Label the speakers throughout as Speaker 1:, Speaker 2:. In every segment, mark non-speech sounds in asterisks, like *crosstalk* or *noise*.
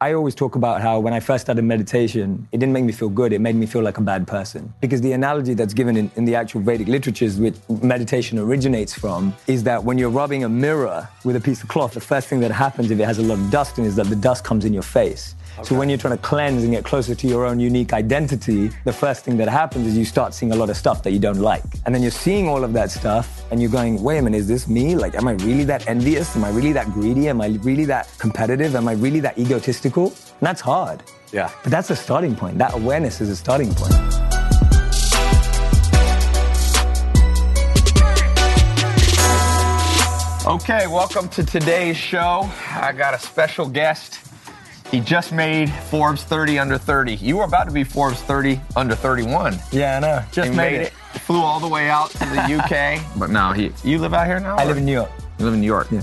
Speaker 1: I always talk about how when I first started meditation, it didn't make me feel good. It made me feel like a bad person. Because the analogy that's given in, in the actual Vedic literatures, which meditation originates from, is that when you're rubbing a mirror with a piece of cloth, the first thing that happens if it has a lot of dust in it is that the dust comes in your face. So when you're trying to cleanse and get closer to your own unique identity, the first thing that happens is you start seeing a lot of stuff that you don't like. And then you're seeing all of that stuff and you're going, wait a minute, is this me? Like, am I really that envious? Am I really that greedy? Am I really that competitive? Am I really that egotistical? And that's hard.
Speaker 2: Yeah.
Speaker 1: But that's a starting point. That awareness is a starting point.
Speaker 2: Okay, welcome to today's show. I got a special guest. He just made Forbes 30 under 30. You were about to be Forbes 30 under 31.
Speaker 1: Yeah, I know. Just
Speaker 2: He made it. Flew all the way out to *laughs* the UK. but no, he, you live out here now?
Speaker 1: I
Speaker 2: or-
Speaker 1: live in New York.
Speaker 2: You live in New York.
Speaker 1: Yeah.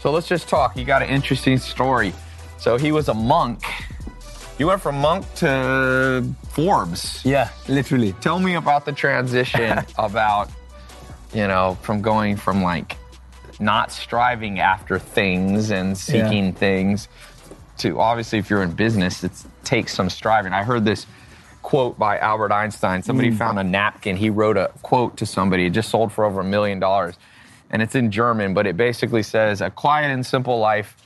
Speaker 2: So let's just talk. You got an interesting story. So he was a monk. You went from monk to Forbes.
Speaker 1: Yeah, literally.
Speaker 2: Tell me about the transition about, you know, from going from like not striving after things and seeking things to obviously if you're in business, it takes some striving. I heard this quote by Albert Einstein. Somebody found a napkin. He wrote a quote to somebody. It just sold for over a million dollars. And it's in German, but it basically says a quiet and simple life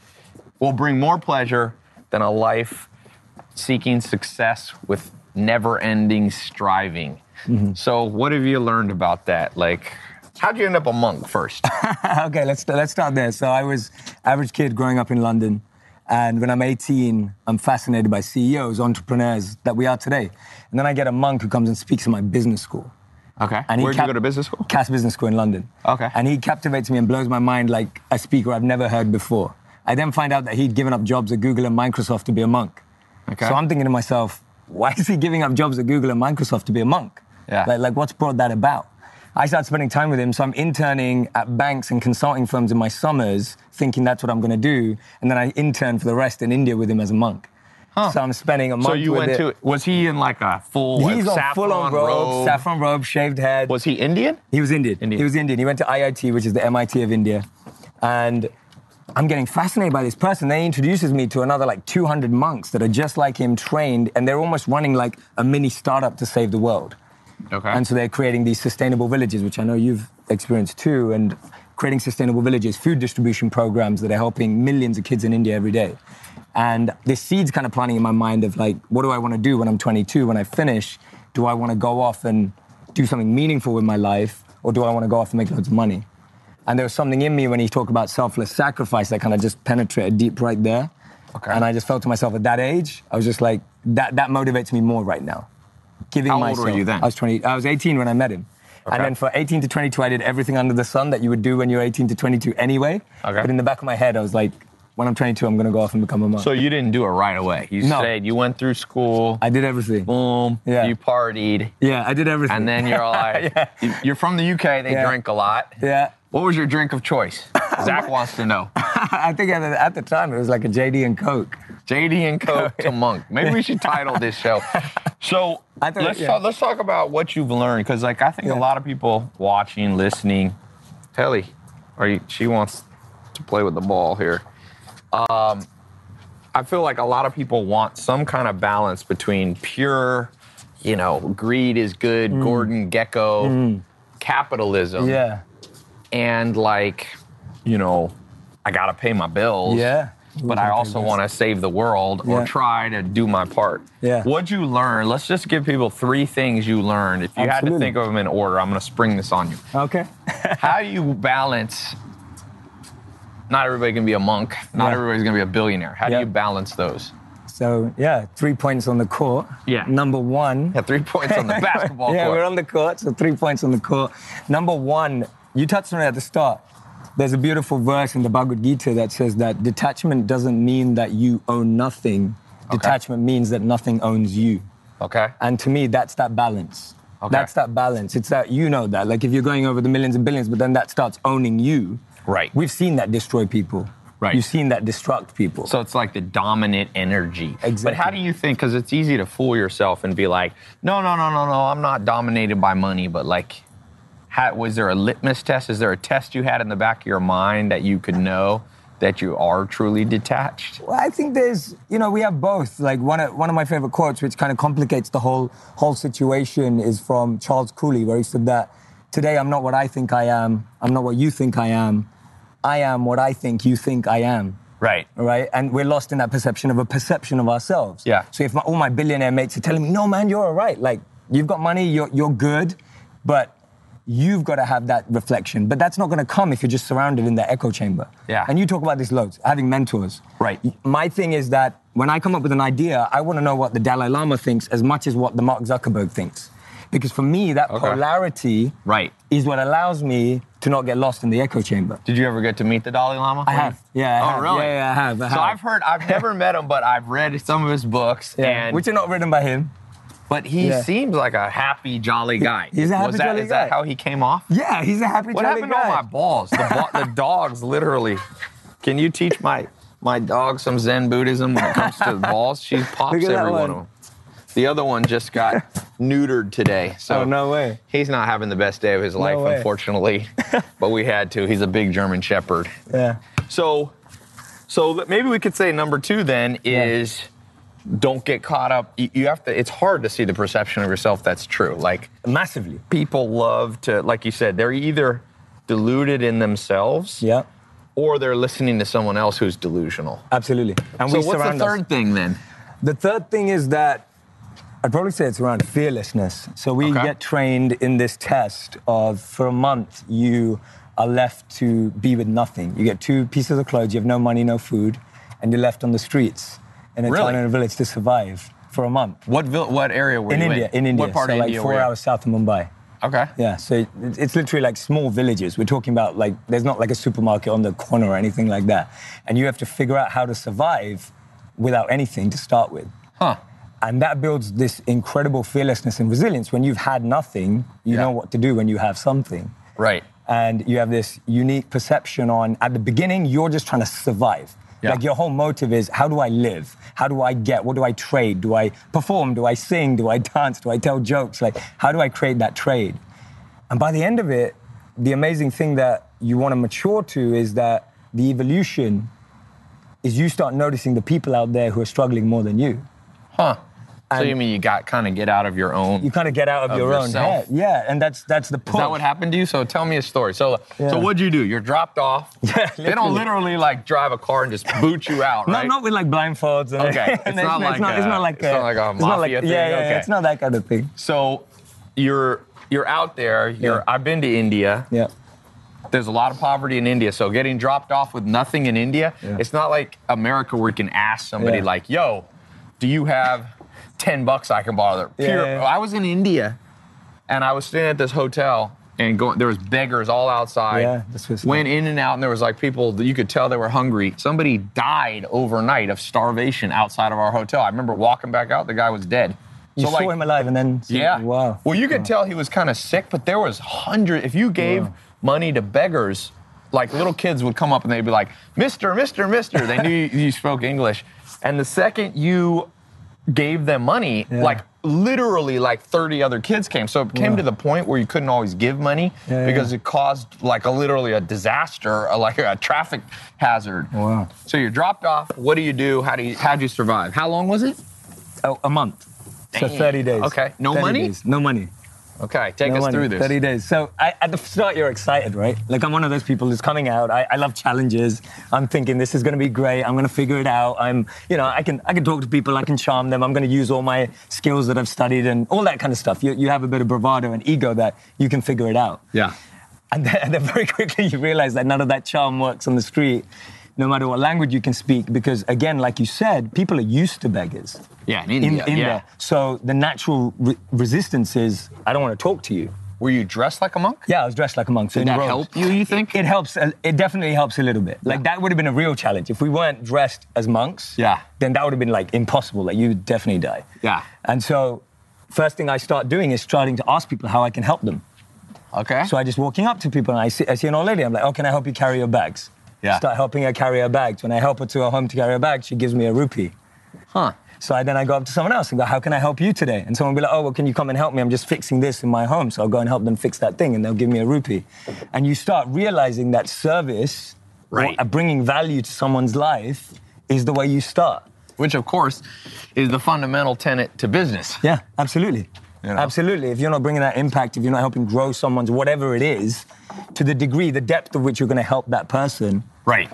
Speaker 2: will bring more pleasure than a life seeking success with never ending striving.
Speaker 1: Mm-hmm.
Speaker 2: So, what have you learned about that? Like, how'd you end up a monk first?
Speaker 1: okay, let's let's start there. So I was average kid growing up in London, and when I'm 18, I'm fascinated by CEOs, entrepreneurs that we are today. And then I get a monk who comes and speaks in my business school.
Speaker 2: Okay.
Speaker 1: And he
Speaker 2: Where'd
Speaker 1: cap-
Speaker 2: you go to business school?
Speaker 1: Cass Business School in London.
Speaker 2: Okay.
Speaker 1: And he captivates me and blows my mind like a speaker I've never heard before. I then find out that he'd given up jobs at Google and Microsoft to be a monk.
Speaker 2: Okay.
Speaker 1: So I'm thinking to myself, why is he giving up jobs at Google and Microsoft to be a monk?
Speaker 2: Yeah.
Speaker 1: Like, like what's brought that about? I started spending time with him, so I'm interning at banks and consulting firms in my summers, thinking that's what I'm going to do, and then I interned for the rest in India with him as a monk. So I'm spending a month.
Speaker 2: So you
Speaker 1: with
Speaker 2: went
Speaker 1: it.
Speaker 2: to was he in like a full
Speaker 1: He's
Speaker 2: like,
Speaker 1: on full on
Speaker 2: saffron
Speaker 1: robe,
Speaker 2: robe?
Speaker 1: saffron robe, shaved head.
Speaker 2: Was he Indian?
Speaker 1: He was Indian.
Speaker 2: Indian.
Speaker 1: He was Indian. He went to IIT, which is the MIT of India. And I'm getting fascinated by this person. Then he introduces me to another like 200 monks that are just like him, trained, and they're almost running like a mini startup to save the world.
Speaker 2: Okay.
Speaker 1: And so they're creating these sustainable villages, which I know you've experienced too, and creating sustainable villages, food distribution programs that are helping millions of kids in India every day. And this seed's kind of planting in my mind of like, what do I want to do when I'm 22? When I finish, do I want to go off and do something meaningful with my life, or do I want to go off and make loads of money? And there was something in me when he talked about selfless sacrifice that kind of just penetrated deep right there.
Speaker 2: Okay.
Speaker 1: And I just felt to myself at that age, I was just like, that, that motivates me more right now. Giving
Speaker 2: How old
Speaker 1: myself.
Speaker 2: were you then?
Speaker 1: I was 20. I was 18 when I met him.
Speaker 2: Okay.
Speaker 1: And then for 18 to 22, I did everything under the sun that you would do when you're 18 to 22 anyway.
Speaker 2: Okay.
Speaker 1: But in the back of my head, I was like, when I'm 22, I'm going to go off and become a monk.
Speaker 2: so you didn't do it right away. You
Speaker 1: No.
Speaker 2: said you went through school.
Speaker 1: I did everything.
Speaker 2: boom.
Speaker 1: Yeah.
Speaker 2: You partied.
Speaker 1: Yeah, I did everything. *laughs*
Speaker 2: And then you're like, you're from the UK. They
Speaker 1: Yeah.
Speaker 2: drink a lot.
Speaker 1: Yeah. *laughs*
Speaker 2: What was your drink of choice? Zach wants to know.
Speaker 1: I think at the, at the time, it was like a JD and Coke.
Speaker 2: JD
Speaker 1: *laughs*
Speaker 2: and Coke to Monk. Maybe we should title this show. So
Speaker 1: I thought-
Speaker 2: let's
Speaker 1: yeah.
Speaker 2: talk, let's talk about what you've learned because like I think a
Speaker 1: Yeah.
Speaker 2: lot of people watching, listening, Telly, are you, she wants to play with the ball here. Um, I feel like a lot of people want some kind of balance between pure, you know, greed is good, Gordon Gecko, capitalism,
Speaker 1: Mm. Yeah.
Speaker 2: and like, you know, I gotta pay my bills
Speaker 1: Yeah.
Speaker 2: but I also want to save the world or
Speaker 1: Yeah.
Speaker 2: try to do my part.
Speaker 1: Yeah.
Speaker 2: What'd you learn? Let's just give people three things you learned. If you had to
Speaker 1: Absolutely.
Speaker 2: think of them in order, I'm going to spring this on you.
Speaker 1: to. Okay. *laughs*
Speaker 2: How do you balance? Not everybody can be a monk. Not
Speaker 1: Yeah.
Speaker 2: everybody's going to be a billionaire. How
Speaker 1: Yeah.
Speaker 2: do you balance those?
Speaker 1: So, yeah, three points on the court.
Speaker 2: Yeah.
Speaker 1: Number one.
Speaker 2: Yeah, three points
Speaker 1: *laughs*
Speaker 2: on the *laughs* basketball
Speaker 1: yeah,
Speaker 2: court.
Speaker 1: we're on the court, so three points on the court. Number one, you touched on it at the start. There's a beautiful verse in the Bhagavad Gita that says that detachment doesn't mean that you own nothing. Detachment means that nothing owns you.
Speaker 2: okay.
Speaker 1: And to me, that's that balance.
Speaker 2: Okay.
Speaker 1: That's that balance. It's that you know that. Like if you're going over the millions and billions, but then that starts owning you.
Speaker 2: Right.
Speaker 1: We've seen that destroy people.
Speaker 2: Right.
Speaker 1: You've seen that destruct people.
Speaker 2: So it's like the dominant energy. But how do
Speaker 1: Exactly.
Speaker 2: you think? Because it's easy to fool yourself and be like, no, no, no, no, no, I'm not dominated by money. But like, how, was there a litmus test? Is there a test you had in the back of your mind that you could know that you are truly detached?
Speaker 1: Well, I think there's, you know, we have both. Like one of one of my favorite quotes, which kind of complicates the whole whole situation, is from Charles Cooley, where he said that today I'm not what I think I am. I'm not what you think I am. I am what I think you think I am.
Speaker 2: Right.
Speaker 1: Right. And we're lost in that perception of a perception of ourselves.
Speaker 2: Yeah.
Speaker 1: So if my, all my billionaire mates are telling me, no, man, you're all right. Like you've got money, you're, you're good, but you've got to have that reflection. But that's not going to come if you're just surrounded in that echo chamber.
Speaker 2: Yeah.
Speaker 1: And you talk about this loads, having mentors.
Speaker 2: Right.
Speaker 1: My thing is that when I come up with an idea, I want to know what the Dalai Lama thinks as much as what the Mark Zuckerberg thinks. Because for me, that
Speaker 2: Okay.
Speaker 1: polarity
Speaker 2: Right.
Speaker 1: is what allows me to not get lost in the echo chamber.
Speaker 2: Did you ever get to meet the Dalai Lama?
Speaker 1: I have. Yeah, I
Speaker 2: oh,
Speaker 1: have.
Speaker 2: really?
Speaker 1: Yeah, yeah, I have, I
Speaker 2: So
Speaker 1: have.
Speaker 2: I've heard. I've
Speaker 1: *laughs*
Speaker 2: never met him, but I've read some of his books.
Speaker 1: Yeah.
Speaker 2: And,
Speaker 1: Which are not written by him.
Speaker 2: but he
Speaker 1: yeah.
Speaker 2: seems like a happy, jolly guy.
Speaker 1: He's a
Speaker 2: Was
Speaker 1: happy,
Speaker 2: that,
Speaker 1: jolly
Speaker 2: is that
Speaker 1: guy.
Speaker 2: how he came off?
Speaker 1: Yeah, he's a happy
Speaker 2: What
Speaker 1: jolly
Speaker 2: happened
Speaker 1: guy.
Speaker 2: to all my balls? The, ba-
Speaker 1: *laughs*
Speaker 2: the dogs, literally. Can you teach my my dog some Zen Buddhism when it comes
Speaker 1: *laughs*
Speaker 2: to balls? She pops
Speaker 1: Look at
Speaker 2: every
Speaker 1: that
Speaker 2: one of
Speaker 1: one.
Speaker 2: them. The other one just got
Speaker 1: *laughs*
Speaker 2: neutered today, so
Speaker 1: Oh, no way.
Speaker 2: He's not having the best day of his life,
Speaker 1: way. *laughs*
Speaker 2: unfortunately. but we had to. He's a big German Shepherd.
Speaker 1: Yeah.
Speaker 2: So, so th- maybe we could say number two then is don't get caught up. You, you have to. It's hard to see the perception of yourself that's true. Like
Speaker 1: Massively.
Speaker 2: people love to, like you said, they're either deluded in themselves,
Speaker 1: Yeah.
Speaker 2: or they're listening to someone else who's delusional.
Speaker 1: Absolutely. And
Speaker 2: So
Speaker 1: we
Speaker 2: what's the
Speaker 1: surround us-
Speaker 2: third thing then?
Speaker 1: The third thing is that I'd probably say it's around fearlessness. So we
Speaker 2: Okay.
Speaker 1: get trained in this test of for a month you are left to be with nothing. You get two pieces of clothes, you have no money, no food, and you're left on the streets in a
Speaker 2: Really?
Speaker 1: town and a village to survive for a month.
Speaker 2: What vil- what area were
Speaker 1: In
Speaker 2: you
Speaker 1: India, in India,
Speaker 2: What part
Speaker 1: so
Speaker 2: of
Speaker 1: like
Speaker 2: India
Speaker 1: four
Speaker 2: were you?
Speaker 1: hours south of Mumbai.
Speaker 2: Okay.
Speaker 1: Yeah, so it- it's literally like small villages. We're talking about like there's not like a supermarket on the corner or anything like that, and you have to figure out how to survive without anything to start with.
Speaker 2: Huh.
Speaker 1: And that builds this incredible fearlessness and resilience. When you've had nothing, you
Speaker 2: Yeah.
Speaker 1: know what to do when you have something.
Speaker 2: Right.
Speaker 1: And you have this unique perception on, at the beginning, you're just trying to survive.
Speaker 2: Yeah.
Speaker 1: Like your whole motive is how do I live? How do I get? What do I trade? Do I perform? Do I sing? Do I dance? Do I tell jokes? Like, how do I create that trade? And by the end of it, the amazing thing that you want to mature to is that the evolution is you start noticing the people out there who are struggling more than you.
Speaker 2: Huh. so
Speaker 1: And-
Speaker 2: you mean you got kind of get out of your own?
Speaker 1: you kind of get out of,
Speaker 2: Of
Speaker 1: your
Speaker 2: yourself.
Speaker 1: own head. Yeah, and that's that's the
Speaker 2: Is
Speaker 1: point.
Speaker 2: that what happened to you? So tell me a story. So,
Speaker 1: Yeah.
Speaker 2: so what'd you do? You're dropped off.
Speaker 1: *laughs* Yeah,
Speaker 2: they
Speaker 1: literally.
Speaker 2: don't literally like drive a car and just boot you out,
Speaker 1: No,
Speaker 2: right?
Speaker 1: not with like blindfolds. And *laughs*
Speaker 2: Okay, it's
Speaker 1: and
Speaker 2: not
Speaker 1: it's,
Speaker 2: like
Speaker 1: not, it's
Speaker 2: a-
Speaker 1: not like
Speaker 2: it's not like a
Speaker 1: it's not
Speaker 2: mafia thing,
Speaker 1: Yeah, yeah, yeah,
Speaker 2: okay.
Speaker 1: it's not that kind of thing.
Speaker 2: So, you're you're out there. You're
Speaker 1: Yeah.
Speaker 2: I've been to India.
Speaker 1: Yeah,
Speaker 2: There's a lot of poverty in India. So getting dropped off with nothing in India,
Speaker 1: Yeah.
Speaker 2: it's not like America where you can ask somebody
Speaker 1: Yeah.
Speaker 2: like, "Yo, do you have 10 bucks I can borrow?"
Speaker 1: Yeah,
Speaker 2: Pure-
Speaker 1: yeah, yeah.
Speaker 2: I was in India and I was staying at this hotel and going there was beggars all outside.
Speaker 1: Yeah, this was-
Speaker 2: went in and out and there was like people that you could tell they were hungry. Somebody died overnight of starvation outside of our hotel. I remember walking back out, the guy was dead.
Speaker 1: you
Speaker 2: So,
Speaker 1: saw
Speaker 2: like,
Speaker 1: him alive, and then
Speaker 2: yeah.
Speaker 1: wow.
Speaker 2: Well, you could tell he was kind of sick, but there was hundred. If you gave
Speaker 1: Wow.
Speaker 2: money to beggars, like little kids would come up and they'd be like, "Mister, Mister, Mister." They knew you, you spoke English, and the second you gave them money,
Speaker 1: Yeah.
Speaker 2: like literally like 30 other kids came so it came
Speaker 1: Wow.
Speaker 2: to the point where you couldn't always give money
Speaker 1: Yeah,
Speaker 2: because
Speaker 1: yeah.
Speaker 2: it caused like a literally a disaster a, like a traffic hazard
Speaker 1: Wow.
Speaker 2: so you're dropped off what do you do how do you how'd you survive how long was it
Speaker 1: Oh, a month. So
Speaker 2: Damn.
Speaker 1: 30 days.
Speaker 2: Okay. No
Speaker 1: 30
Speaker 2: money?
Speaker 1: days. No money.
Speaker 2: okay take
Speaker 1: no
Speaker 2: us
Speaker 1: money. e-
Speaker 2: through this
Speaker 1: 30 days. So I, at the start, you're excited, right? Like, I'm one of those people who's coming out. I, I love challenges. I'm thinking this is going to be great. I'm going to figure it out. I'm, you know, I can, I can talk to people. I can charm them. I'm going to use all my skills that I've studied and all that kind of stuff. You, you have a bit of bravado and ego that you can figure it out.
Speaker 2: yeah
Speaker 1: And then, and then very quickly you realize that none of that charm works on the street, no matter what language you can speak, because again, like you said, people are used to beggars.
Speaker 2: Yeah, in
Speaker 1: In,
Speaker 2: India,
Speaker 1: in
Speaker 2: yeah.
Speaker 1: there. So the natural re- resistance is, I don't want to talk to you.
Speaker 2: Were you dressed like a monk?
Speaker 1: Yeah, I was dressed like a monk. So
Speaker 2: Did
Speaker 1: in
Speaker 2: that
Speaker 1: robes.
Speaker 2: help you, you think?
Speaker 1: It helps. uh, It definitely helps a little bit. Like that would have been a real challenge if we weren't dressed as monks.
Speaker 2: Yeah.
Speaker 1: Then that would have been like impossible. Like you would definitely die.
Speaker 2: Yeah.
Speaker 1: And so, first thing I start doing is starting to ask people how I can help them.
Speaker 2: Okay.
Speaker 1: So I just walking up to people and I see, I see an old lady. I'm like, oh, can I help you carry your bags?
Speaker 2: Yeah.
Speaker 1: Start helping her carry her bags. When I help her to her home to carry her bag, she gives me a rupee.
Speaker 2: huh.
Speaker 1: So I, then I go up to someone else and go, how can I help you today? And someone will be like, oh, well, can you come and help me? I'm just fixing this in my home. So I'll go and help them fix that thing and they'll give me a rupee. And you start realizing that service
Speaker 2: Right.
Speaker 1: or bringing value to someone's life is the way you start.
Speaker 2: which of course is the fundamental tenet to business.
Speaker 1: Yeah, absolutely.
Speaker 2: You know?
Speaker 1: Absolutely. If you're not bringing that impact, if you're not helping grow someone's whatever it is, to the degree, the depth of which you're going to help that person,
Speaker 2: Right.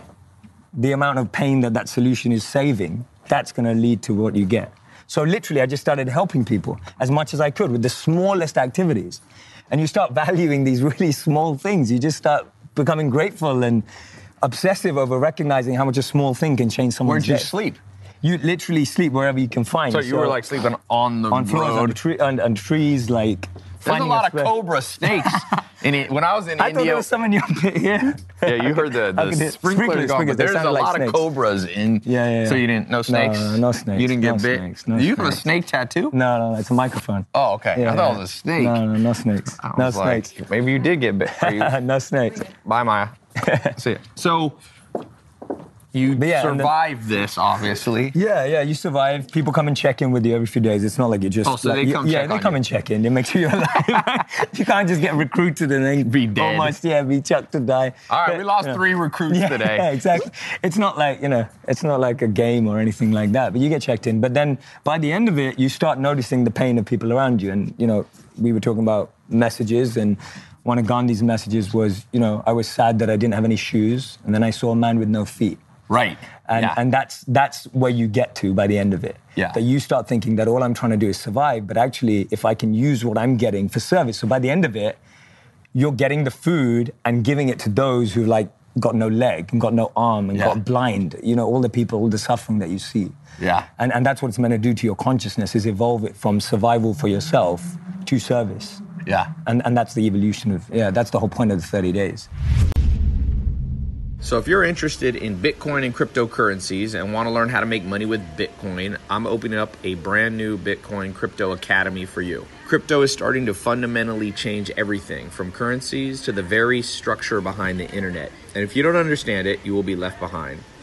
Speaker 1: the amount of pain that that solution is saving, that's going to lead to what you get. So literally, I just started helping people as much as I could with the smallest activities. And you start *laughs* valuing these really small things. You just start becoming grateful and obsessive over recognizing how much a small thing can change someone's
Speaker 2: Where'd you
Speaker 1: day.
Speaker 2: sleep?
Speaker 1: You literally sleep wherever you can find.
Speaker 2: So you were like sleeping on the
Speaker 1: on floors, on,
Speaker 2: road.
Speaker 1: tre- on, on trees, like.
Speaker 2: There's a
Speaker 1: finding
Speaker 2: lot of
Speaker 1: space. *laughs*
Speaker 2: cobra snakes. in it. When I was in
Speaker 1: I thought
Speaker 2: India,
Speaker 1: there was some in your *laughs* yeah.
Speaker 2: *laughs* yeah, you heard the,
Speaker 1: I
Speaker 2: the
Speaker 1: could hear-
Speaker 2: sprinklers,
Speaker 1: sprinklers, sprinklers,
Speaker 2: going, but
Speaker 1: they
Speaker 2: there's a
Speaker 1: sounded like
Speaker 2: lot
Speaker 1: snakes.
Speaker 2: of cobras in.
Speaker 1: Yeah, yeah, yeah.
Speaker 2: So you didn't no snakes.
Speaker 1: no snakes,
Speaker 2: You didn't get
Speaker 1: no
Speaker 2: bit.
Speaker 1: snakes, no
Speaker 2: Do you have a
Speaker 1: snakes.
Speaker 2: snake tattoo?
Speaker 1: *laughs* No, no, no, it's a microphone.
Speaker 2: Oh, okay. I thought it was a snake.
Speaker 1: No, no, no snakes.
Speaker 2: I
Speaker 1: No
Speaker 2: was like,
Speaker 1: snakes.
Speaker 2: Maybe you did get bit. Are
Speaker 1: *laughs*
Speaker 2: you-
Speaker 1: no snakes. *laughs*
Speaker 2: Bye, Maya. See ya. So you
Speaker 1: yeah, and then-
Speaker 2: survived this, obviously.
Speaker 1: Yeah, yeah, you survive. People come and check in with you every few days. It's not like you just.
Speaker 2: Oh, so
Speaker 1: like,
Speaker 2: they
Speaker 1: you-
Speaker 2: come
Speaker 1: Yeah,
Speaker 2: check
Speaker 1: they
Speaker 2: on
Speaker 1: come
Speaker 2: you.
Speaker 1: and check in. They make sure you're
Speaker 2: *laughs*
Speaker 1: alive. you can't just get recruited and then
Speaker 2: Be dead.
Speaker 1: Almost, yeah, be chucked to die.
Speaker 2: All right,
Speaker 1: But,
Speaker 2: we lost
Speaker 1: you know,
Speaker 2: three recruits
Speaker 1: yeah,
Speaker 2: today.
Speaker 1: Yeah, *laughs* exactly. It's not like, you know, it's not like a game or anything like that, but you get checked in. But then by the end of it, you start noticing the pain of people around you. And, you know, we were talking about messages, and one of Gandhi's messages was, you know, I was sad that I didn't have any shoes, and then I saw a man with no feet.
Speaker 2: Right.
Speaker 1: And,
Speaker 2: yeah.
Speaker 1: and that's that's where you get to by the end of it.
Speaker 2: Yeah.
Speaker 1: That you start thinking that all I'm trying to do is survive, but actually, if I can use what I'm getting for service, so by the end of it, you're getting the food and giving it to those who like got no leg and got no arm and
Speaker 2: Yeah.
Speaker 1: got blind. You know, all the people, all the suffering that you see.
Speaker 2: Yeah.
Speaker 1: And and that's what it's meant to do to your consciousness is evolve it from survival for yourself to service.
Speaker 2: yeah.
Speaker 1: And and that's the evolution of yeah. That's the whole point of the 30 days.
Speaker 2: So, if you're interested in Bitcoin and cryptocurrencies and want to learn how to make money with Bitcoin, I'm opening up a brand new Bitcoin Crypto Academy for you. Crypto is starting to fundamentally change everything from currencies to the very structure behind the internet. And if you don't understand it, you will be left behind.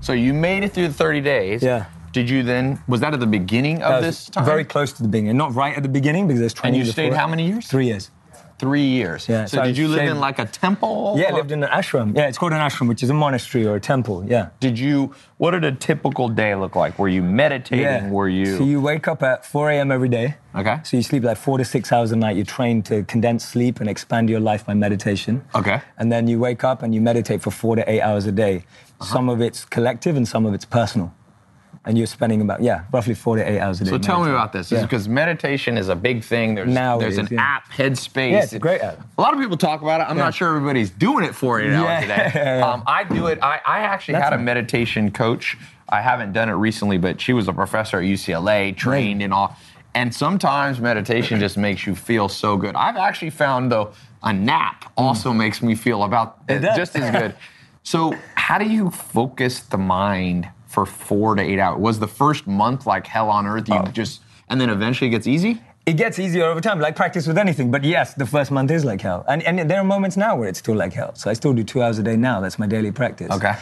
Speaker 2: So you made it through the 30 days.
Speaker 1: Yeah.
Speaker 2: Did you then, was that at the beginning of
Speaker 1: That was
Speaker 2: this time?
Speaker 1: Uh, Very close to the beginning, not right at the beginning because there's 20.
Speaker 2: And you
Speaker 1: before
Speaker 2: stayed
Speaker 1: it.
Speaker 2: how many years?
Speaker 1: Three years.
Speaker 2: Three years.
Speaker 1: Yeah,
Speaker 2: So,
Speaker 1: so I
Speaker 2: did you live
Speaker 1: stayed-
Speaker 2: in like a temple?
Speaker 1: Yeah, I lived in an ashram. Yeah, it's called an ashram, which is a monastery or a temple. Yeah.
Speaker 2: Did you, what did a typical day look like? Were you meditating?
Speaker 1: Yeah.
Speaker 2: Were you?
Speaker 1: So you wake up at 4 a.m. every day.
Speaker 2: Okay.
Speaker 1: So you sleep like four to six hours a night. You're trained to condense sleep and expand your life by meditation.
Speaker 2: Okay.
Speaker 1: And then you wake up and you meditate for four to eight hours a day.
Speaker 2: Uh-huh.
Speaker 1: Some of it's collective and some of it's personal. And you're spending about, yeah, roughly four to eight hours a day.
Speaker 2: So tell me
Speaker 1: meditating.
Speaker 2: about this,
Speaker 1: Yeah.
Speaker 2: because meditation is a big thing. There's
Speaker 1: Now it
Speaker 2: there's
Speaker 1: is,
Speaker 2: an
Speaker 1: yeah.
Speaker 2: app, Headspace.
Speaker 1: Yeah, it's a great app.
Speaker 2: A lot of people talk about it. I'm
Speaker 1: Yeah.
Speaker 2: not sure everybody's doing it for
Speaker 1: *laughs*
Speaker 2: you
Speaker 1: Yeah.
Speaker 2: now today. Um, I do it. I, I actually
Speaker 1: That's
Speaker 2: had a
Speaker 1: nice.
Speaker 2: meditation coach. I haven't done it recently, but she was a professor at UCLA, trained and all. And sometimes meditation just makes you feel so good. I've actually found though a nap also makes me feel about
Speaker 1: does.
Speaker 2: *laughs* just as good. So, how do you focus the mind for four to eight hours? Was the first month like hell on earth?
Speaker 1: Oh.
Speaker 2: You just and then eventually it gets easy.
Speaker 1: it gets easier over time, like practice with anything. But yes, the first month is like hell. And, and there are moments now where it's still like hell. So I still do two hours a day now. That's my daily practice.
Speaker 2: Okay.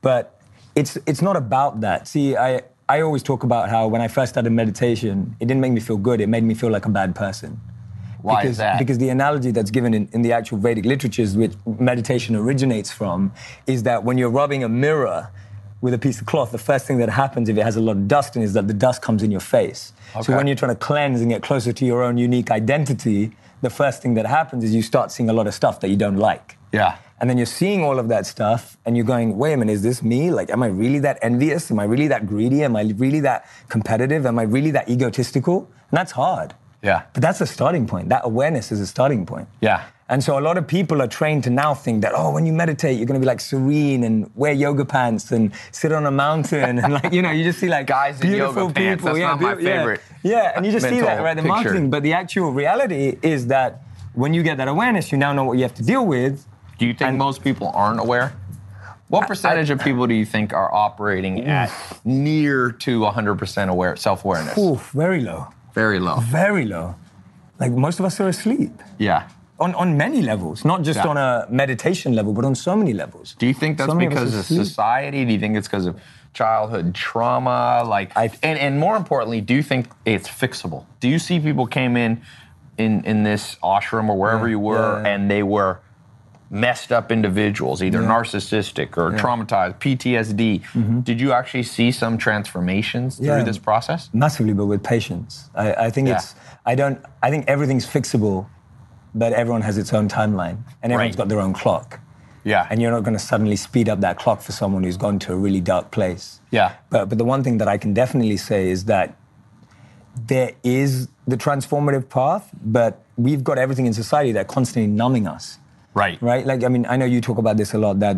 Speaker 1: But it's, it's not about that. See, I, I always talk about how when I first started meditation, it didn't make me feel good. It made me feel like a bad person.
Speaker 2: Why
Speaker 1: because,
Speaker 2: is that?
Speaker 1: Because the analogy that's given in, in the actual Vedic literatures, which meditation originates from, is that when you're rubbing a mirror with a piece of cloth, the first thing that happens if it has a lot of dust in it is that the dust comes in your face.
Speaker 2: Okay.
Speaker 1: So when you're trying to cleanse and get closer to your own unique identity, the first thing that happens is you start seeing a lot of stuff that you don't like.
Speaker 2: yeah.
Speaker 1: And then you're seeing all of that stuff and you're going, wait a minute, is this me? Like, am I really that envious? Am I really that greedy? Am I really that competitive? Am I really that egotistical? And that's hard.
Speaker 2: Yeah.
Speaker 1: But that's a starting point. That awareness is a starting point.
Speaker 2: Yeah.
Speaker 1: And so a lot of people are trained to now think that, oh, when you meditate, you're going to be like serene and wear yoga pants and sit on a mountain. And like, *laughs* you know, you just see like
Speaker 2: Guys in yoga
Speaker 1: beautiful
Speaker 2: pants.
Speaker 1: people.
Speaker 2: That's not my
Speaker 1: beau- yeah.
Speaker 2: favorite
Speaker 1: Yeah. And you just see that,
Speaker 2: mental
Speaker 1: right? The
Speaker 2: picture.
Speaker 1: marketing. But the actual reality is that when you get that awareness, you now know what you have to deal with.
Speaker 2: Do you think
Speaker 1: And-
Speaker 2: most people aren't aware? What percentage of people do you think are operating at near to 100% aware self-awareness?
Speaker 1: Oof, very low,
Speaker 2: Very low.
Speaker 1: very low. Like most of us are asleep
Speaker 2: Yeah.
Speaker 1: on, on many levels, not just
Speaker 2: Yeah.
Speaker 1: on a meditation level, but on so many levels.
Speaker 2: Do you think that's
Speaker 1: So many of us
Speaker 2: because
Speaker 1: are
Speaker 2: of
Speaker 1: asleep.
Speaker 2: society? Do you think it's because of childhood trauma? Like,
Speaker 1: I-
Speaker 2: and and more importantly, do you think it's fixable? Do you see people came in in in this ashram or wherever you were,
Speaker 1: yeah, yeah.
Speaker 2: and they were messed up individuals, either narcissistic or traumatized, PTSD? Did you actually see some transformations
Speaker 1: Mm-hmm. Yeah.
Speaker 2: through this process?
Speaker 1: massively, but with patience. I, I think
Speaker 2: Yeah.
Speaker 1: it's. I don't. I think everything's fixable, but everyone has its own timeline, and everyone's
Speaker 2: Right.
Speaker 1: got their own clock.
Speaker 2: Yeah.
Speaker 1: Mm-hmm. And you're not going to suddenly speed up that clock for someone who's gone to a really dark place.
Speaker 2: Yeah.
Speaker 1: But but the one thing that I can definitely say is that there is the transformative path, but we've got everything in society that constantly numbing us
Speaker 2: right.
Speaker 1: right? Like, I mean, I know you talk about this a lot that,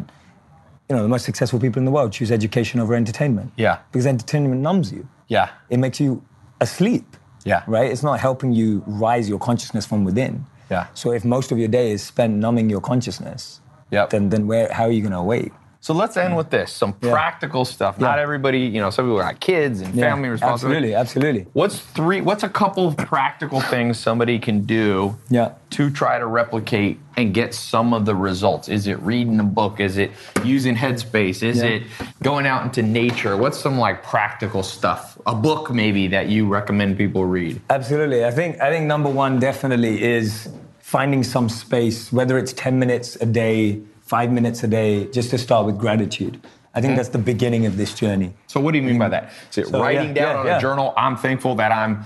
Speaker 1: you know, the most successful people in the world choose education over entertainment.
Speaker 2: Yeah.
Speaker 1: Because entertainment numbs you.
Speaker 2: Yeah.
Speaker 1: It makes you asleep.
Speaker 2: Yeah.
Speaker 1: Right? It's not helping you rise your consciousness from within.
Speaker 2: Yeah.
Speaker 1: So if most of your day is spent numbing your consciousness,
Speaker 2: Yep.
Speaker 1: then then where how are you gonna awake?
Speaker 2: So let's end with this some
Speaker 1: Yeah.
Speaker 2: practical stuff. Not
Speaker 1: Yeah.
Speaker 2: everybody, you know, some people got kids and
Speaker 1: Yeah,
Speaker 2: family responsibilities.
Speaker 1: Absolutely, absolutely.
Speaker 2: What's three? What's a couple of practical things somebody can do
Speaker 1: Yeah.
Speaker 2: to try to replicate and get some of the results? Is it reading a book? Is it using Headspace? Is
Speaker 1: Yeah.
Speaker 2: it going out into nature? What's some like practical stuff? A book maybe that you recommend people read?
Speaker 1: Absolutely. I think I think number one definitely is finding some space, whether it's 10 minutes a day, five minutes a day, just to start with gratitude. I
Speaker 2: Mm.
Speaker 1: think that's the beginning of this journey.
Speaker 2: So what do you mean by that? Is it
Speaker 1: So,
Speaker 2: writing
Speaker 1: yeah,
Speaker 2: down
Speaker 1: yeah,
Speaker 2: on
Speaker 1: yeah.
Speaker 2: a journal? I'm thankful that I'm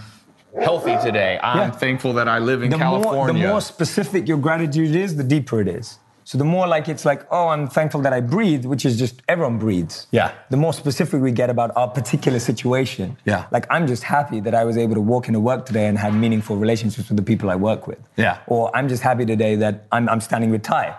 Speaker 2: healthy today. I'm
Speaker 1: Yeah.
Speaker 2: thankful that I live in
Speaker 1: The more, the
Speaker 2: California.
Speaker 1: more specific your gratitude is, the deeper it is. So the more like it's like, oh, I'm thankful that I breathe, which is just everyone breathes.
Speaker 2: Yeah.
Speaker 1: The more specific we get about our particular situation.
Speaker 2: Yeah.
Speaker 1: Like I'm just happy that I was able to walk into work today and have meaningful relationships with the people I work with.
Speaker 2: Yeah.
Speaker 1: Or I'm just happy today that I'm, I'm standing with Ty.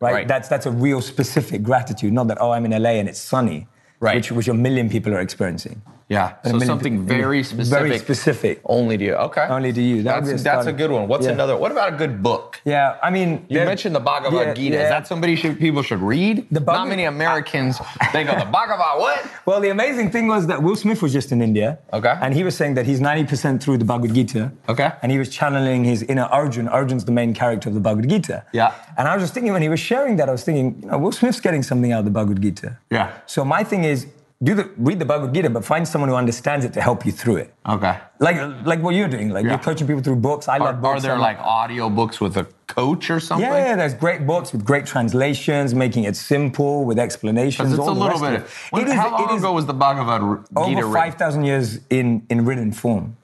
Speaker 1: Right?
Speaker 2: Right.
Speaker 1: That's that's a real specific gratitude, not that oh I'm in LA and it's sunny.
Speaker 2: Right.
Speaker 1: Which which a million people are experiencing.
Speaker 2: yeah.
Speaker 1: A
Speaker 2: So
Speaker 1: million
Speaker 2: something
Speaker 1: people-
Speaker 2: very specific.
Speaker 1: mm, Very specific.
Speaker 2: Only to you. Okay.
Speaker 1: Only to you. That would be
Speaker 2: That's,
Speaker 1: a
Speaker 2: that's a
Speaker 1: starter.
Speaker 2: good one. What's
Speaker 1: Yeah.
Speaker 2: another? What about a good book?
Speaker 1: Yeah, I mean
Speaker 2: You mentioned the Bhagavad Gita. Is that somebody should, people should read?
Speaker 1: The
Speaker 2: Not
Speaker 1: Bhagavad-
Speaker 2: many Americans. they go the Bhagavad what?
Speaker 1: Well, the amazing thing was that Will Smith was just in India.
Speaker 2: Okay.
Speaker 1: And he was saying that he's 90% through the Bhagavad Gita.
Speaker 2: Okay.
Speaker 1: And he was channeling his inner Arjun. Arjun's the main character of the Bhagavad Gita.
Speaker 2: Yeah.
Speaker 1: And I was just thinking when he was sharing that, I was thinking, you know, Will Smith's getting something out of the Bhagavad Gita.
Speaker 2: Yeah.
Speaker 1: So my thing is, do the read the Bhagavad Gita, but find someone who understands it to help you through it.
Speaker 2: Okay.
Speaker 1: Like like what you're doing. Like
Speaker 2: Yeah.
Speaker 1: you're coaching people through books. I
Speaker 2: Are,
Speaker 1: love
Speaker 2: are
Speaker 1: books.
Speaker 2: there
Speaker 1: I'm-
Speaker 2: like audio books with a coach or something?
Speaker 1: yeah, yeah, there's great books with great translations, making it simple with explanations.
Speaker 2: 'Cause It's a
Speaker 1: all the
Speaker 2: little
Speaker 1: rest Of
Speaker 2: bit.
Speaker 1: it.
Speaker 2: Of, when,
Speaker 1: It is-
Speaker 2: how long
Speaker 1: it is
Speaker 2: ago was the Bhagavad R- Gita
Speaker 1: over
Speaker 2: written?
Speaker 1: 5,000 years in, in written form.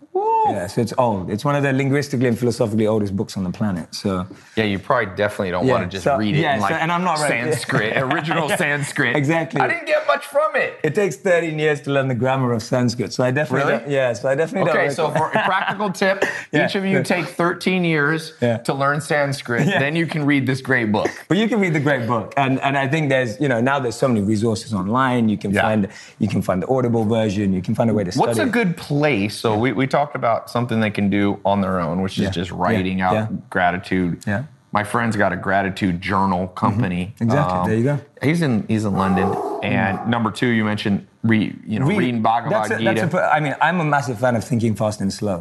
Speaker 1: Yeah, so it's old. It's one of the linguistically and philosophically oldest books on the planet. So
Speaker 2: Yeah, you probably definitely don't
Speaker 1: Yeah,
Speaker 2: want to just
Speaker 1: so-
Speaker 2: read it.
Speaker 1: yeah,
Speaker 2: in
Speaker 1: so-
Speaker 2: like
Speaker 1: and I'm not right. *laughs*
Speaker 2: Sanskrit, original Sanskrit.
Speaker 1: Exactly.
Speaker 2: I didn't get much from it.
Speaker 1: it takes 13 years to learn the grammar of Sanskrit. So I definitely,
Speaker 2: Really?
Speaker 1: don't- yeah, so I definitely
Speaker 2: Okay,
Speaker 1: don't.
Speaker 2: so for
Speaker 1: recommend-
Speaker 2: a practical tip,
Speaker 1: *laughs* Yeah.
Speaker 2: each of you take 13 years
Speaker 1: Yeah.
Speaker 2: to learn Sanskrit,
Speaker 1: Yeah.
Speaker 2: then you can read this great book.
Speaker 1: but you can read the great book, and and I think there's you know now there's so many resources online. You can
Speaker 2: Yeah.
Speaker 1: find you can find the Audible version. You can find a way to study.
Speaker 2: What's a
Speaker 1: it.
Speaker 2: good place? So we, we talked about something they can do on their own, which is
Speaker 1: Yeah.
Speaker 2: just writing
Speaker 1: Yeah.
Speaker 2: out
Speaker 1: Yeah.
Speaker 2: gratitude.
Speaker 1: Yeah. Mm-hmm.
Speaker 2: My friend's got a gratitude journal company. um,
Speaker 1: Exactly. There you go. Mm.
Speaker 2: He's in he's in London. And number two, you mentioned re, you know reading Bhagavad
Speaker 1: that's a-
Speaker 2: Gita.
Speaker 1: That's a, I mean, I'm a massive fan of thinking fast and slow.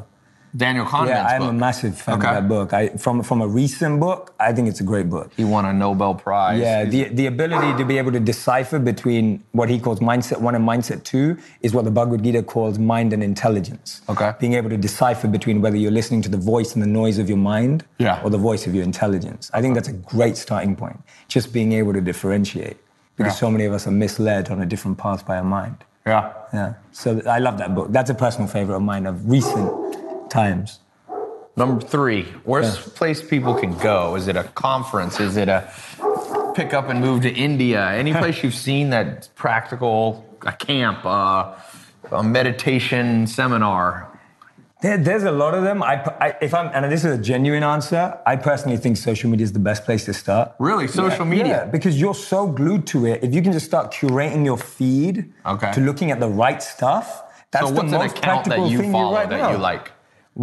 Speaker 2: Daniel Kahneman's
Speaker 1: Yeah, I'm
Speaker 2: book.
Speaker 1: a massive fan
Speaker 2: Okay.
Speaker 1: of that book. I, from from a recent book, I think it's a great book.
Speaker 2: he won a Nobel Prize.
Speaker 1: Yeah,
Speaker 2: He's-
Speaker 1: the, the ability to be able to decipher between what he calls mindset one and mindset two is what the Bhagavad Gita calls mind and intelligence.
Speaker 2: Okay.
Speaker 1: Being able to decipher between whether you're listening to the voice and the noise of your mind
Speaker 2: Yeah.
Speaker 1: or the voice of your intelligence. I think that's a great starting point, just being able to differentiate because
Speaker 2: Yeah.
Speaker 1: so many of us are misled on a different path by our mind.
Speaker 2: yeah.
Speaker 1: Yeah. So th- I love that book. That's a personal favorite of mine of recent times.
Speaker 2: Number three, worst place people can go. Is it a conference? Is it a pick up and move to India?
Speaker 1: *laughs*
Speaker 2: Any place you've seen that's practical, a camp, uh, a meditation seminar?
Speaker 1: There, there's a lot of them. I, I, if I'm, and this is a genuine answer, I personally think social media is the best place to start.
Speaker 2: Really, social media?
Speaker 1: Yeah, because you're so glued to it. If you can just start curating your feed
Speaker 2: Okay.
Speaker 1: to looking at the right stuff, that's
Speaker 2: So what's
Speaker 1: the
Speaker 2: an
Speaker 1: most
Speaker 2: account
Speaker 1: practical
Speaker 2: that you
Speaker 1: thing
Speaker 2: follow
Speaker 1: right
Speaker 2: that
Speaker 1: now.
Speaker 2: you like?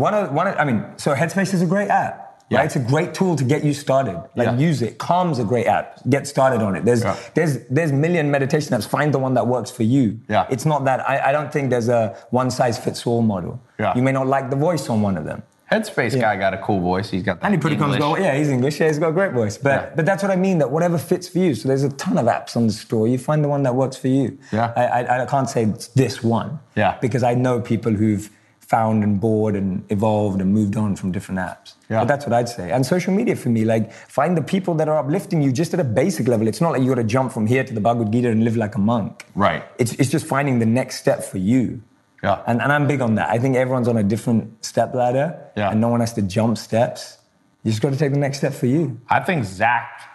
Speaker 1: One of, one of, I mean, so Headspace is a great app.
Speaker 2: Yeah.
Speaker 1: Right? It's a great tool to get you started. Like
Speaker 2: Yeah.
Speaker 1: use it. Calm's a great app. Get started on it. There's
Speaker 2: Yeah.
Speaker 1: there's there's million meditation apps. Find the one that works for you.
Speaker 2: Yeah.
Speaker 1: It's not that I, I don't think there's a one size fits all model.
Speaker 2: Yeah.
Speaker 1: You may not like the voice on one of them.
Speaker 2: Headspace guy got a cool voice. He's got that
Speaker 1: And he pretty comes
Speaker 2: English.
Speaker 1: go, yeah, he's English, yeah, he's got a great voice. But
Speaker 2: Yeah.
Speaker 1: but that's what I mean, that whatever fits for you. So there's a ton of apps on the store. You find the one that works for you.
Speaker 2: Yeah.
Speaker 1: I I, I can't say it's this one.
Speaker 2: Yeah.
Speaker 1: Because I know people who've found and bored and evolved and moved on from different apps.
Speaker 2: Yeah.
Speaker 1: But that's what I'd say. And social media for me, like find the people that are uplifting you just at a basic level. It's not like you gotta jump from here to the Bhagavad Gita and live like a monk.
Speaker 2: Right.
Speaker 1: It's it's just finding the next step for you.
Speaker 2: Yeah.
Speaker 1: And, and I'm big on that. I think everyone's on a different step ladder,
Speaker 2: Yeah.
Speaker 1: and no one has to jump steps. You just got to take the next step for you.
Speaker 2: I think Zach,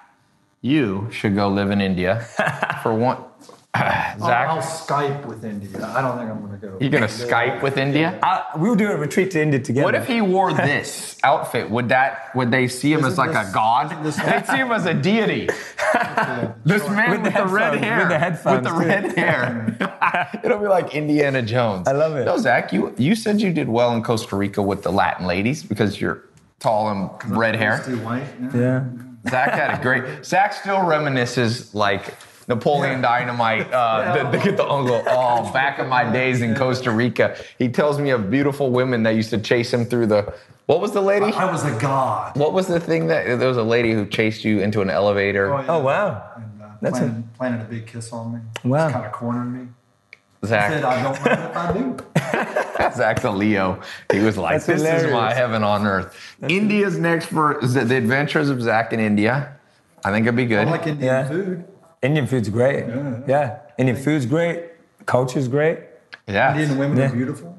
Speaker 2: you should go live in
Speaker 1: *laughs*
Speaker 2: India for one.
Speaker 1: Oh,
Speaker 2: Zach,
Speaker 3: I'll Skype with India. I don't think I'm gonna go.
Speaker 2: you gonna Skype with India?
Speaker 1: Uh, we'll do a retreat to India together.
Speaker 2: What if he *laughs* wore this outfit? Would that would they see him as
Speaker 3: Isn't
Speaker 2: like a
Speaker 3: this-
Speaker 2: god?
Speaker 3: isn't
Speaker 2: *laughs*
Speaker 3: this-
Speaker 2: They'd see him as a *laughs* deity. This man with,
Speaker 1: With the
Speaker 2: the, red
Speaker 1: headphones,
Speaker 2: hair.
Speaker 1: with the headphones,
Speaker 2: With the
Speaker 1: too.
Speaker 2: red hair. *laughs* It'll be like Indiana Jones. I
Speaker 1: love it.
Speaker 2: No, Zach, you you said you did well in Costa Rica with the Latin ladies because you're tall and red hair.
Speaker 3: Stay white. Yeah.
Speaker 1: Yeah.
Speaker 2: Zach had a great. Zach still reminisces like Napoleon Dynamite. Uh, the, the, the uncle. Oh, back in my days in Costa Rica, he tells me of beautiful women that used to chase him through the. What was the lady?
Speaker 3: I was a god.
Speaker 2: What was the thing that there was a lady who chased you into an elevator?
Speaker 3: yeah.
Speaker 1: Oh wow.
Speaker 3: And, uh,
Speaker 1: That's a-
Speaker 3: planted, planted a big kiss on me.
Speaker 1: Wow.
Speaker 3: Kind of cornered me. Said
Speaker 2: Zach,
Speaker 3: I don't mind if I do.
Speaker 2: *laughs* Zach's a Leo. He was like,
Speaker 1: That's
Speaker 2: "This is my
Speaker 1: hilarious.
Speaker 2: heaven on earth." India's next for the, the adventures of Zach in India. I think it'd be
Speaker 3: I
Speaker 2: good.
Speaker 3: like Indian
Speaker 1: Yeah.
Speaker 3: food.
Speaker 1: Indian food's great.
Speaker 3: Yeah.
Speaker 1: Yeah. Indian food's great. Culture's great.
Speaker 2: yeah,
Speaker 3: Indian women
Speaker 1: Yeah.
Speaker 3: are beautiful.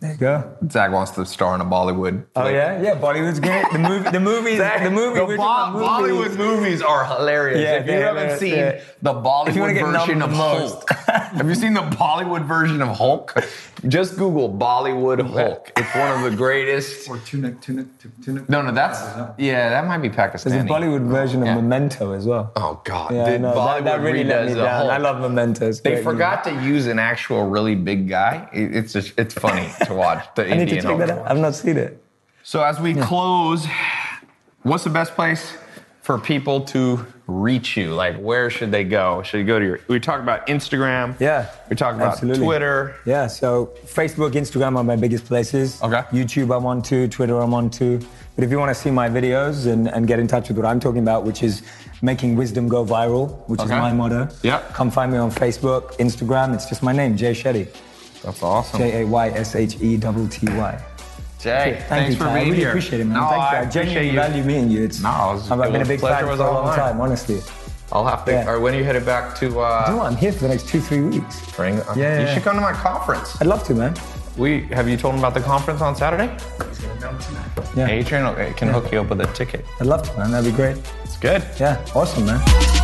Speaker 1: There you go.
Speaker 2: Zach wants to star in a Bollywood.
Speaker 1: Oh yeah, yeah. Bollywood's great. The movie, the movie, the movie. we're
Speaker 2: The
Speaker 1: doing
Speaker 2: Bo-
Speaker 1: a movie.
Speaker 2: Bollywood movies are hilarious.
Speaker 1: Yeah,
Speaker 2: if you
Speaker 1: they're hilarious,
Speaker 2: haven't seen
Speaker 1: yeah.
Speaker 2: the
Speaker 1: you wanna
Speaker 2: Bollywood
Speaker 1: get numb
Speaker 2: version
Speaker 1: the
Speaker 2: of
Speaker 1: most. *laughs*
Speaker 2: Hulk, have you seen the Bollywood version of Hulk? Just Google Bollywood Hulk. It's one of the greatest.
Speaker 3: Or tunic, tunic, tu- tunic.
Speaker 2: No, no, that's
Speaker 3: I don't know.
Speaker 2: yeah, that might be
Speaker 1: There's a
Speaker 2: Pakistani.
Speaker 1: Bollywood version of
Speaker 2: Yeah.
Speaker 1: Memento as well.
Speaker 2: oh God,
Speaker 1: Yeah, I
Speaker 2: Dude,
Speaker 1: know. that,
Speaker 2: Bollywood
Speaker 1: that really let me
Speaker 2: redoes the
Speaker 1: down.
Speaker 2: Hulk.
Speaker 1: I love Mementos.
Speaker 2: they forgot to use an actual really big guy. It- It's just it's funny to watch
Speaker 1: *laughs* I
Speaker 2: the
Speaker 1: need
Speaker 2: Indian
Speaker 1: to check
Speaker 2: Hulk.
Speaker 1: that out. I've not seen it.
Speaker 2: So as we close, what's the best place for people to reach you? Like where should they go? Should you go to your we talked about Instagram.
Speaker 1: Yeah,
Speaker 2: We talked about
Speaker 1: absolutely.
Speaker 2: Twitter.
Speaker 1: Yeah, so Facebook, Instagram are my biggest places.
Speaker 2: Okay.
Speaker 1: YouTube I'm on too, Twitter I'm on too. But if you want to see my videos and, and get in touch with what I'm talking about, which is making wisdom go viral, which is
Speaker 2: Okay.
Speaker 1: my motto.
Speaker 2: Yeah.
Speaker 1: Come find me on Facebook, Instagram. It's just my name, Jay Shetty.
Speaker 2: That's awesome. Jay,
Speaker 1: J A Y S H E T T Y.
Speaker 2: thanks
Speaker 1: you,
Speaker 2: for
Speaker 1: Ty.
Speaker 2: being
Speaker 1: I really
Speaker 2: here.
Speaker 1: appreciate it, man.
Speaker 2: No,
Speaker 1: Thanks,
Speaker 2: I
Speaker 1: I genuinely
Speaker 2: appreciate you.
Speaker 1: value meeting you. It's,
Speaker 2: No, it was-
Speaker 1: I've
Speaker 2: it
Speaker 1: been a
Speaker 2: was-
Speaker 1: big
Speaker 2: pleasure
Speaker 1: fan for a
Speaker 2: was all
Speaker 1: long
Speaker 2: mine.
Speaker 1: time, honestly.
Speaker 2: I'll have to
Speaker 1: Yeah.
Speaker 2: or when are you headed back to
Speaker 1: No,
Speaker 2: uh
Speaker 1: I'm here for the next two, three weeks.
Speaker 2: spring? Uh,
Speaker 1: Yeah,
Speaker 2: You
Speaker 1: yeah.
Speaker 2: should come to my conference.
Speaker 1: I'd love to, man.
Speaker 2: We have you told them about the conference on Saturday?
Speaker 3: He's gonna know tonight.
Speaker 1: Yeah.
Speaker 2: Adrian will- can hook you up with a ticket.
Speaker 1: I'd love to, man. That'd be great.
Speaker 2: It's good.
Speaker 1: Yeah, awesome, man.